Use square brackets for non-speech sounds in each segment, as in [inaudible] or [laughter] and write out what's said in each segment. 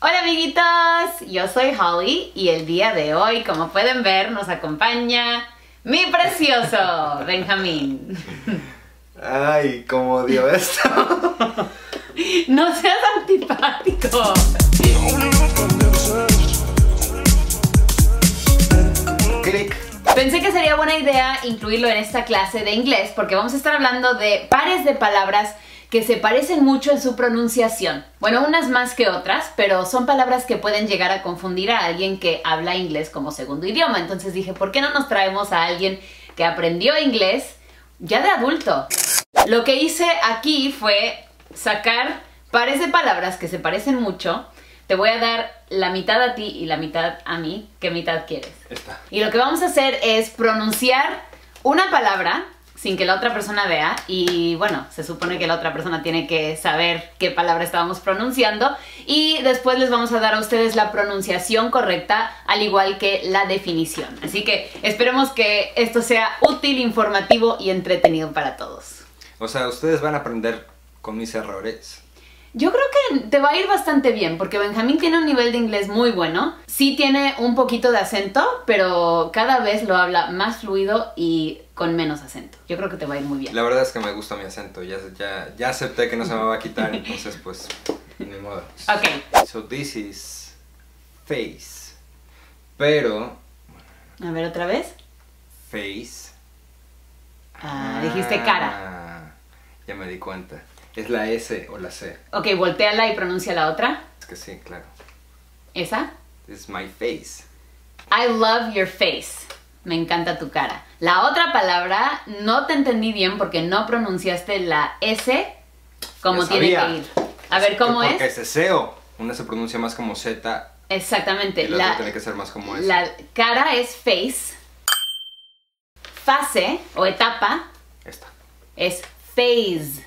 Hola amiguitos, yo soy Holly y el día de hoy, como pueden ver, nos acompaña mi precioso [laughs] Benjamín. Ay, cómo dio esto. [laughs] No seas antipático. Clic. Pensé que sería buena idea incluirlo en esta clase de inglés porque vamos a estar hablando de pares de palabras que se parecen mucho en su pronunciación. Bueno, unas más que otras, pero son palabras que pueden llegar a confundir a alguien que habla inglés como segundo idioma. Entonces dije, ¿por qué no nos traemos a alguien que aprendió inglés ya de adulto? Lo que hice aquí fue sacar pares de palabras que se parecen mucho. Te voy a dar la mitad a ti y la mitad a mí. ¿Qué mitad quieres? Esta. Y lo que vamos a hacer es pronunciar una palabra sin que la otra persona vea y bueno, se supone que la otra persona tiene que saber qué palabra estábamos pronunciando y después les vamos a dar a ustedes la pronunciación correcta al igual que la definición. Así que esperemos que esto sea útil, informativo y entretenido para todos. O sea, ustedes van a aprender con mis errores. Yo creo que te va a ir bastante bien porque Benjamín tiene un nivel de inglés muy bueno. Sí tiene un poquito de acento, pero cada vez lo habla más fluido y con menos acento. Yo creo que te va a ir muy bien. La verdad es que me gusta mi acento. Ya, ya, ya acepté que no se me va a [laughs] quitar, entonces pues, ni modo. Ok, So this is face. Pero a ver otra vez. face. Ah, dijiste cara. Ah, Ya me di cuenta. Es la S o la C. Ok, volteala y pronuncia la otra. Es que sí, claro. Esa. It's my face. I love your face. Me encanta tu cara. La otra palabra no te entendí bien porque no pronunciaste la S como Ya tiene sabía. que ir. A ver, ¿cómo Porque es? es SEO. Una se pronuncia más como Z Exactamente. y la otra La, tiene que ser más como S. la cara es face. Fase o etapa Esta. es phase.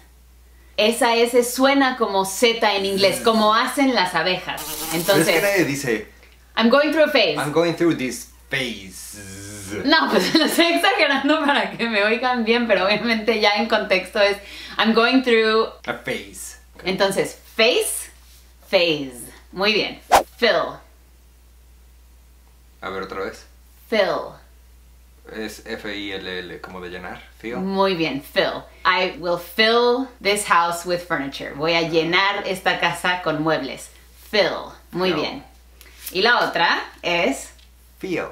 Esa S suena como Z en inglés, como hacen las abejas. Pero es Entonces, que nadie dice, I'm going through a phase. I'm going through this phase. No, pues [laughs] lo estoy exagerando para que me oigan bien, pero obviamente ya en contexto es I'm going through. A phase. Entonces, face, phase. Muy bien. Fill, A ver otra vez. fill. Es F-I-L-L, como de llenar. Feel. Muy bien, fill. I will fill this house with furniture. Voy a llenar esta casa con muebles. Fill. Muy Fill. bien. Y la otra es Feel.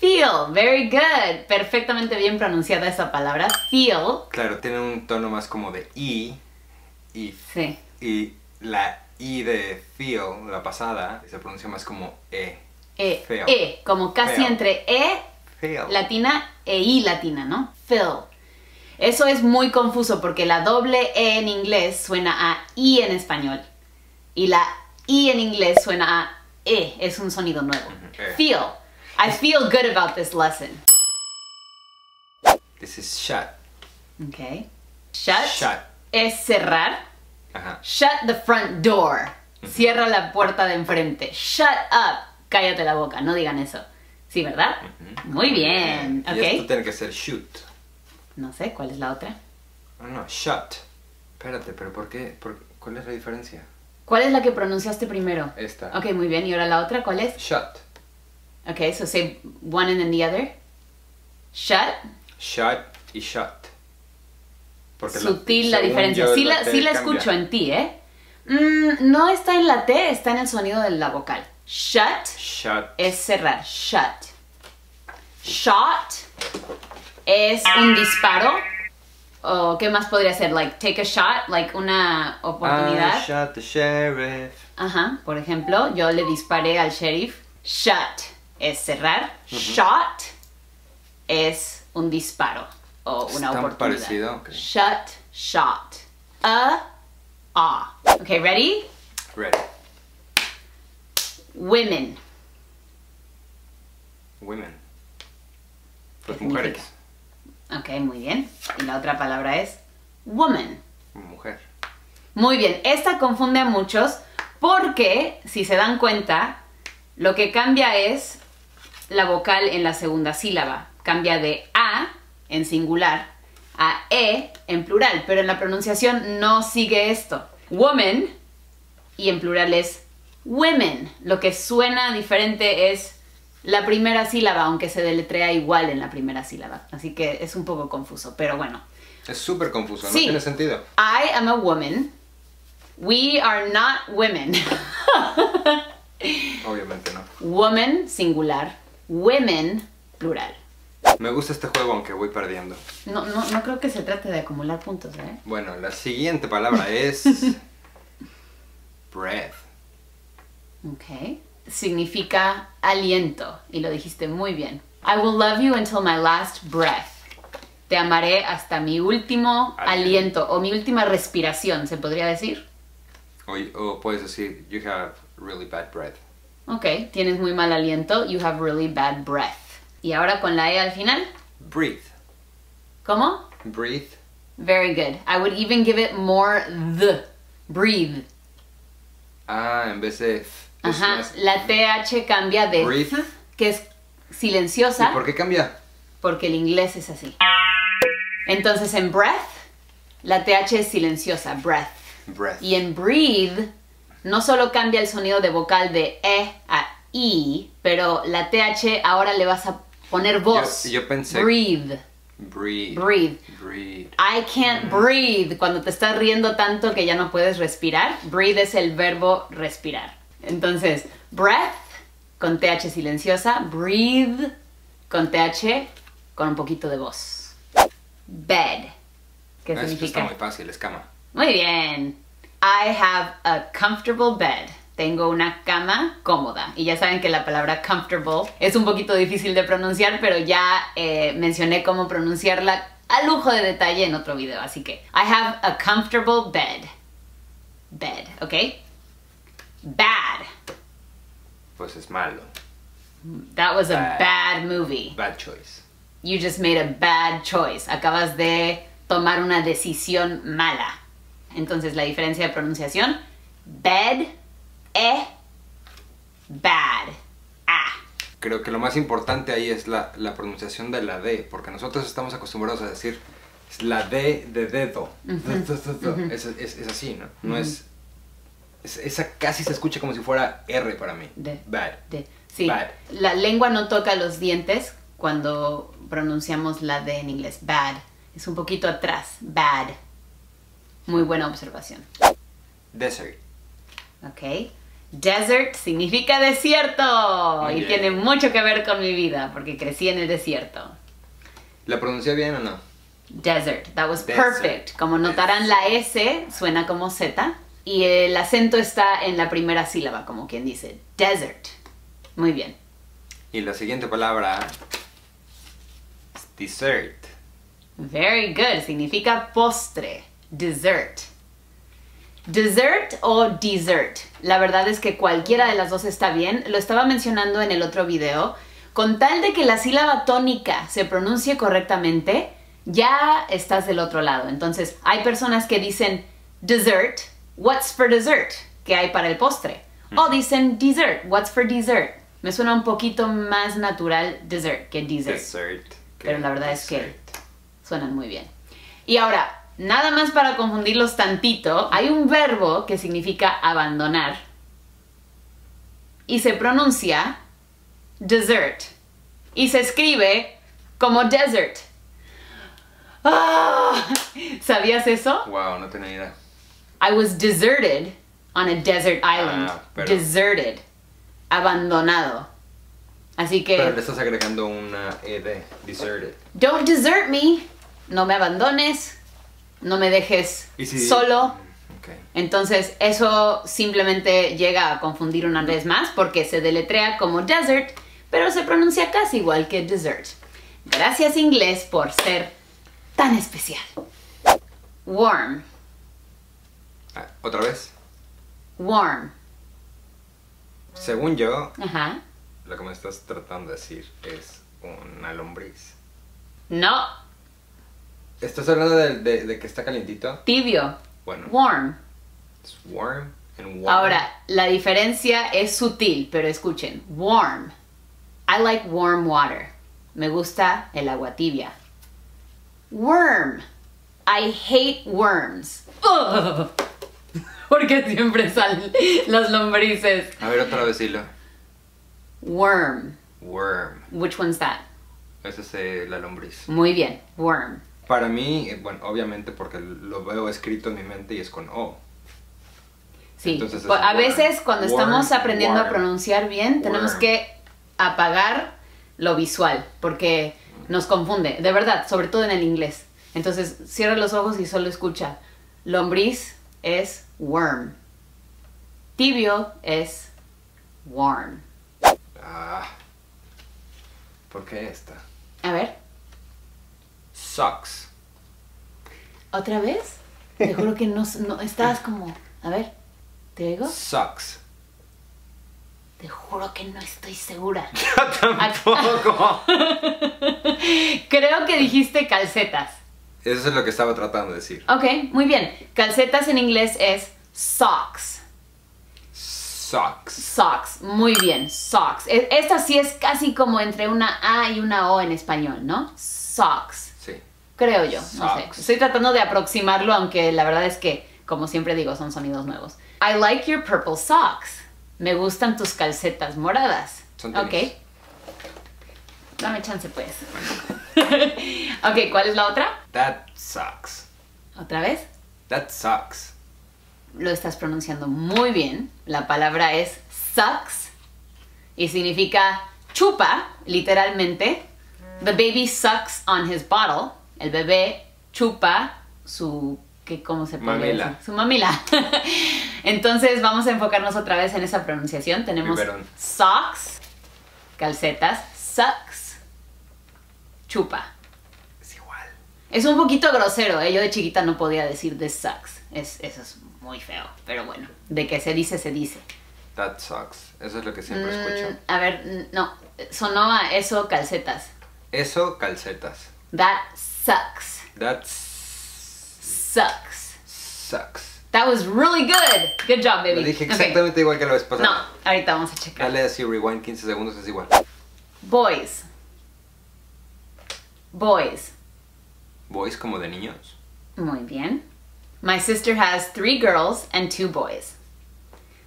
feel. Very good. Perfectamente bien pronunciada esa palabra. Feel. Claro, tiene un tono más como de I. Y, Sí. y la I de feel, la pasada, se pronuncia más como E. E, Feel. e, como casi Feel. entre E Feel. latina e I latina, ¿no? Fill. Eso es muy confuso porque la doble E en inglés suena a I en español. Y la I en inglés suena a E, es un sonido nuevo. E. Feel. I feel good about this lesson. This is shut. Okay. Shut, Shut. es cerrar. Ajá. Shut the front door. Cierra la puerta de enfrente. Shut up. Cállate la boca, no digan eso. Sí, ¿verdad? Muy bien. Y esto Ok. tiene que ser shoot. No sé, ¿cuál es la otra? No, no, shut. Espérate, pero ¿por qué? ¿Por- ¿Cuál es la diferencia? ¿Cuál es la que pronunciaste primero? Esta. Ok, muy bien. ¿Y ahora la otra cuál es? Shut. Ok, so say one and then the other. Shut. Shut y shut. Porque la- Sutil la, según diferencia. yo, sí la, T sí la cambia. escucho en ti, ¿eh? Mm, no está en la T, está en el sonido de la vocal. Shut Shut. es cerrar. Shut. Shot es un disparo. ¿O qué más podría ser? Like take a shot, like una oportunidad. I Ah, shut the sheriff. Ajá, por ejemplo, yo le disparé al sheriff. Shut es cerrar. Shot es un disparo o Es una tan oportunidad. parecido, ok. Shut, shot. A, a. Okay, ready? Ready. Women. Women. Las ¿Qué mujeres. Ok, muy bien. Y la otra palabra es woman. Mujer. Muy bien, esta confunde a muchos porque, si se dan cuenta, lo que cambia es la vocal en la segunda sílaba. Cambia de A en singular a E en plural, pero en la pronunciación no sigue esto. Woman y en plural es Women. Lo que suena diferente es la primera sílaba, aunque se deletrea igual en la primera sílaba. Así que es un poco confuso, pero bueno. Es súper confuso, no Sí. tiene sentido. I am a woman. We are not women. [laughs] Obviamente no. Woman, singular. Women, plural. Me gusta este juego aunque voy perdiendo. No, no, no creo que se trate de acumular puntos, ¿eh? Bueno, la [laughs] siguiente palabra es breath. Ok. Significa aliento. Y lo dijiste muy bien. I will love you until my last breath. Te amaré hasta mi último Aliento. aliento o mi última respiración, se podría decir. O, o puedes decir you have really bad breath. Ok, tienes muy mal aliento. You have really bad breath. Y ahora con la E al final. Breathe. ¿Cómo? Breathe. Very good. I would even give it more the. Breathe. Ah, en vez de f, es Ajá. Pues más- La TH cambia de Breathe. th, que es ¿Y silenciosa. por qué cambia? porque el inglés es así. Entonces en breath, la TH es silenciosa, breath. Breath. Y en breathe, no solo cambia el sonido de vocal de E a I, pero la TH ahora le vas a poner voz. Yo- yo pensé- Breathe, Breathe. breathe. Breathe. I can't breathe. Cuando te estás riendo tanto que ya no puedes respirar, breathe es el verbo respirar. Entonces, breath con TH silenciosa, breathe con TH con un poquito de voz. Bed. ¿Qué Ah, es que Está significa? muy fácil, es cama. Muy bien. I have a comfortable bed. Tengo una cama cómoda. Y ya saben que la palabra comfortable es un poquito difícil de pronunciar, pero ya eh, mencioné cómo pronunciarla a lujo de detalle en otro video. Así que, I have a comfortable bed. Bed, ¿ok? Bad. Pues es malo. That was a Bad. bad movie. Bad choice. You just made a bad choice. Acabas de tomar una decisión mala. Entonces la diferencia de pronunciación, bed, e, bad, a. Creo que lo más importante ahí es la, la pronunciación de la D, porque nosotros estamos acostumbrados a decir es la D de dedo. Do, do, do, do. es, es- es así, ¿no? No es, es- Esa casi se escucha como si fuera R para mí. D. Bad. D. Sí, Bad. la lengua no toca los dientes cuando pronunciamos la D en inglés, bad. Es un poquito atrás, bad. Muy buena observación. Desert. Ok. Desert significa desierto Muy y bien. tiene mucho que ver con mi vida porque crecí en el desierto. ¿La pronuncié bien o no? Desert. That was Desert. perfect. Como notarán, la S suena como Z y el acento está en la primera sílaba, como quien dice. Desert. Muy bien. Y la siguiente palabra es dessert. Very good. Significa postre. Dessert. Dessert o dessert. La verdad es que cualquiera de las dos está bien. Lo estaba mencionando en el otro video. Con tal de que la sílaba tónica se pronuncie correctamente, ya estás del otro lado. Entonces, hay personas que dicen dessert, what's for dessert, que hay para el postre. O dicen dessert, what's for dessert. Me suena un poquito más natural dessert que dessert. Dessert. Pero la verdad es que- Dessert. Suenan muy bien. Y ahora, nada más para confundirlos tantito, hay un verbo que significa abandonar y se pronuncia desert y se escribe como desert. ¡Ah! ¿Sabías eso? Wow, no tenía idea. I was deserted on a desert island. Ah, pero- Deserted. Abandonado. Así que... Pero le estás agregando una E ED. Deserted. Don't desert me. No me abandones. No me dejes Y si- solo. Ok. Entonces, eso simplemente llega a confundir una vez más porque se deletrea como desert, pero se pronuncia casi igual que dessert. Gracias, inglés, por ser tan especial. Warm, Ah, ¿Otra vez? warm. Según yo, Ajá. lo que me estás tratando de decir es una lombriz. No, ¿Estás hablando de, de- de que está calientito? tibio. Bueno, Warm. it's warm and warm. Ahora, la diferencia es sutil, pero escuchen. Warm. I like warm water. Me gusta el agua tibia. Worm. I hate worms. Ugh. [laughs] porque siempre salen las lombrices. A ver, otra vez dilo. Worm. Worm. Which one's that? Esa es eh, la lombriz. Muy bien, worm. Para mí, eh, bueno, obviamente porque lo veo escrito en mi mente y es con O. Sí, Entonces es pues, a worm, veces cuando worm, estamos aprendiendo a worm, pronunciar bien, tenemos worm. que apagar lo visual, porque nos confunde, de verdad, sobre todo en el inglés. Entonces, cierra los ojos y solo escucha. Lombriz es worm. Tibio es warm. Ah. ¿Por qué esta? A ver, Sucks. ¿otra vez? Te juro que no, no estabas como, a ver, ¿te oigo? [laughs] Sucks. [laughs] Te juro que no estoy segura. Tampoco. [laughs] Creo que dijiste calcetas. Eso es lo que estaba tratando de decir. Ok, muy bien. Calcetas en inglés es socks. Sucks. Socks, muy bien, socks. E- Esta sí es casi como entre una A y una O en español, ¿no? Socks, Sí. creo yo, no sé. Socks. Estoy tratando de aproximarlo, aunque la verdad es que, como siempre digo, son sonidos nuevos. I like your purple socks. Me gustan tus calcetas moradas. Son ok. tenis. Dame chance, pues. [laughs] ok, ¿cuál es la otra? That sucks. ¿Otra vez? That sucks. lo estás pronunciando muy bien. La palabra es sucks y significa chupa, literalmente. The baby sucks on his bottle. El bebé chupa su ¿qué, ¿cómo se pronuncia? Mamila. Su mamila. [laughs] Entonces vamos a enfocarnos otra vez en esa pronunciación. Tenemos Biberón. socks, calcetas, sucks, chupa. Es igual. Es un poquito grosero, ¿eh? yo de chiquita no podía decir this sucks. Es, eso es muy feo, pero bueno, de que se dice, se dice. That sucks. Eso es lo que siempre escucho. Mm, a ver, mm, no, sonó a eso calcetas. Eso, calcetas. That sucks. That s- Sucks. sucks. That was really good. Good job, baby. Lo dije Ok. exactamente igual que la vez pasada. No, ahorita vamos a checar. Dale así, rewind 15 segundos, es igual. Boys. Boys. Boys como de niños. Muy bien. My sister has three girls and two boys.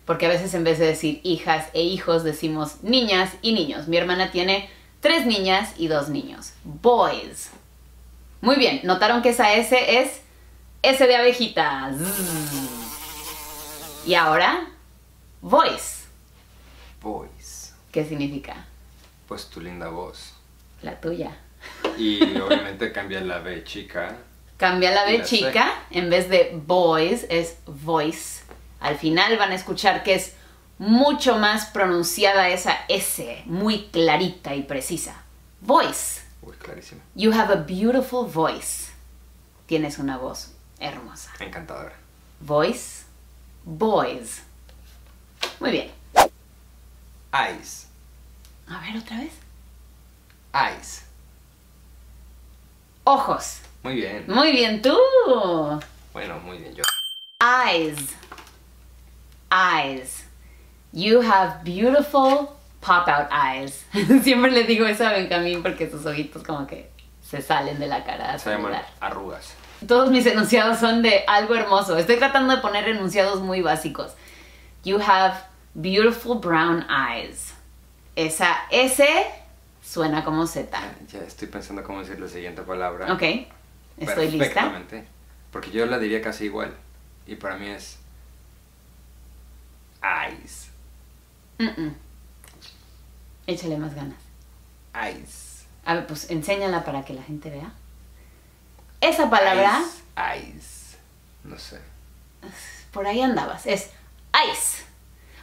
Porque a veces en vez de decir hijas e hijos decimos niñas y niños. Mi hermana tiene tres niñas y dos niños. Boys. Muy bien, notaron que esa S es S de abejita. Zzz. Y ahora, voice. Boys. ¿Qué significa? Pues tu linda voz. La tuya. [laughs] Y obviamente cambia la B chica. Cambia la Y de la C. chica, en vez de boys es voice. Al final van a escuchar que es mucho más pronunciada esa S, muy clarita y precisa. Voice. Uy, clarísimo. You have a beautiful voice. Tienes una voz hermosa. Encantadora. Voice, boys. Muy bien. Eyes. A ver otra vez. Eyes. Ojos. Muy bien. Muy bien tú. Bueno, muy bien yo. Eyes. Eyes. You have beautiful pop-out eyes. [laughs] Siempre le digo eso a Benjamín porque sus ojitos como que se salen de la cara. a Se llaman saludar. arrugas. Todos mis enunciados son de algo hermoso. Estoy tratando de poner enunciados muy básicos. You have beautiful brown eyes. Esa S suena como Z. Ya estoy pensando cómo decir la siguiente palabra. Ok, estoy lista. Perfectamente. Porque yo la diría casi igual. Y para mí es. Eyes. Mm, mm. Échale más ganas. Eyes. A ver, pues enséñala para que la gente vea. Esa palabra, Eyes. Eyes. No sé. por ahí andabas, es ice.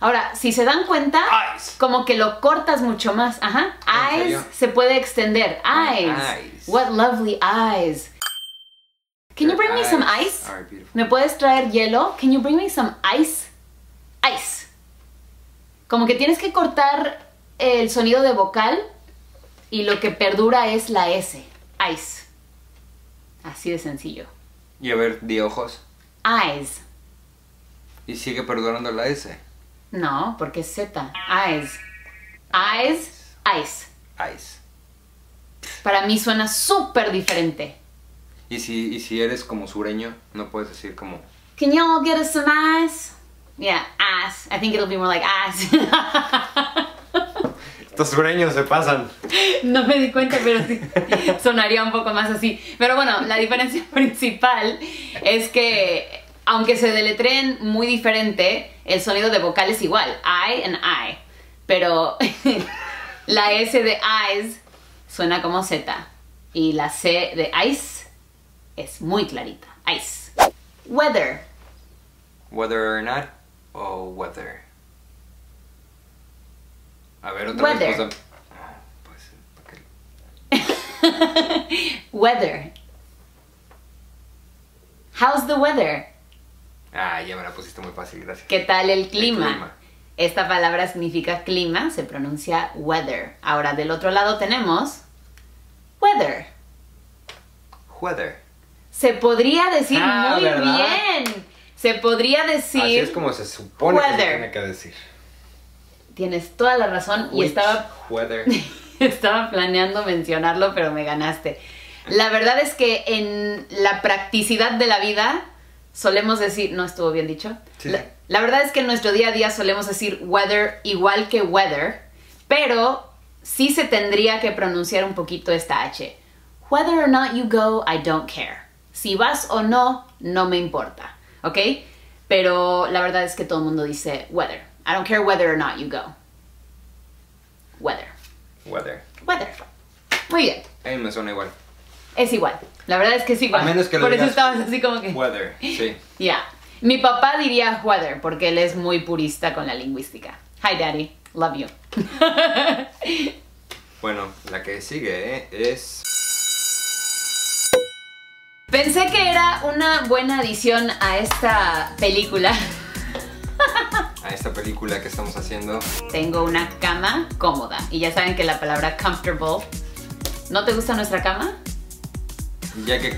Ahora, si se dan cuenta, Eyes. como que lo cortas mucho más. Ajá. ¿En Eyes serio? se puede extender. Ah, Eyes. eyes. What lovely eyes. Can you Your bring me some eyes ice? are beautiful. ¿Me puedes traer hielo? Can you bring me some ice? Ice. Como que tienes que cortar el sonido de vocal y lo que perdura es la S. Ice. Así de sencillo. Y a ver, di ojos. Eyes. Y sigue perdonando la S. No, porque es Z. Eyes. Eyes. Ice. Eyes. Para mí suena súper diferente. Y si, y si eres como sureño, no puedes decir como Can y'all get us some ice? Yeah, ass. I think it'll be more like ass. [laughs] Estos sureños se pasan. No me di cuenta, pero sí [laughs] sonaría un poco más así. Pero bueno, la diferencia [laughs] principal es que aunque se deletreen muy diferente, el sonido de vocal es igual, I and I. Pero [laughs] la S de eyes suena como Z y la C de ice es muy clarita, ice. Weather, [laughs] Whether or not oh, o whether. A ver, otra Whether. respuesta. Ah, pues, ¿para qué? weather. How's the weather? Ah, ya me la pusiste muy fácil, gracias. ¿Qué tal el El clima? clima. Esta palabra significa clima, se pronuncia weather. Ahora del otro lado tenemos weather. Whether. Se podría decir Ah, muy ¿verdad? bien. Se podría decir. Así es como se supone que se Whether. tiene que decir. Tienes toda la razón y Which, estaba Whether. [laughs] Estaba planeando mencionarlo, pero me ganaste. La verdad es que en la practicidad de la vida solemos decir, no estuvo bien dicho. Sí. La, la verdad es que en nuestro día a día solemos decir weather igual que weather, pero sí se tendría que pronunciar un poquito esta H. Whether or not you go, I don't care. Si vas o no, no me importa. ¿Ok? Pero la verdad es que todo el mundo dice weather. I don't care whether or not you go. Weather. Whether. Weather. Muy bien, A mí me suena igual. es igual. La verdad es que es igual. A menos que lo Por eso digas- estabas así como que. Ya. Whether, sí. Mi papá diría weather porque él es muy purista con la lingüística. Hi, daddy. Love you. [laughs] Bueno, la que sigue eh, es. Pensé que era una buena adición a esta película. [laughs] a esta película que estamos haciendo. Tengo una cama cómoda. Y ya saben que la palabra comfortable. ¿No te gusta nuestra cama? [laughs] Ya que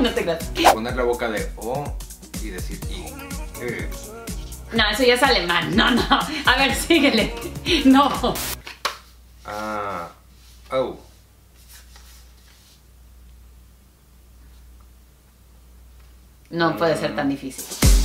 no te creas. poner la boca de O y decir I. Eh, No, eso ya es alemán. No, no. A ver, síguele. [laughs] No. Ah. Oh. No puede ser tan difícil.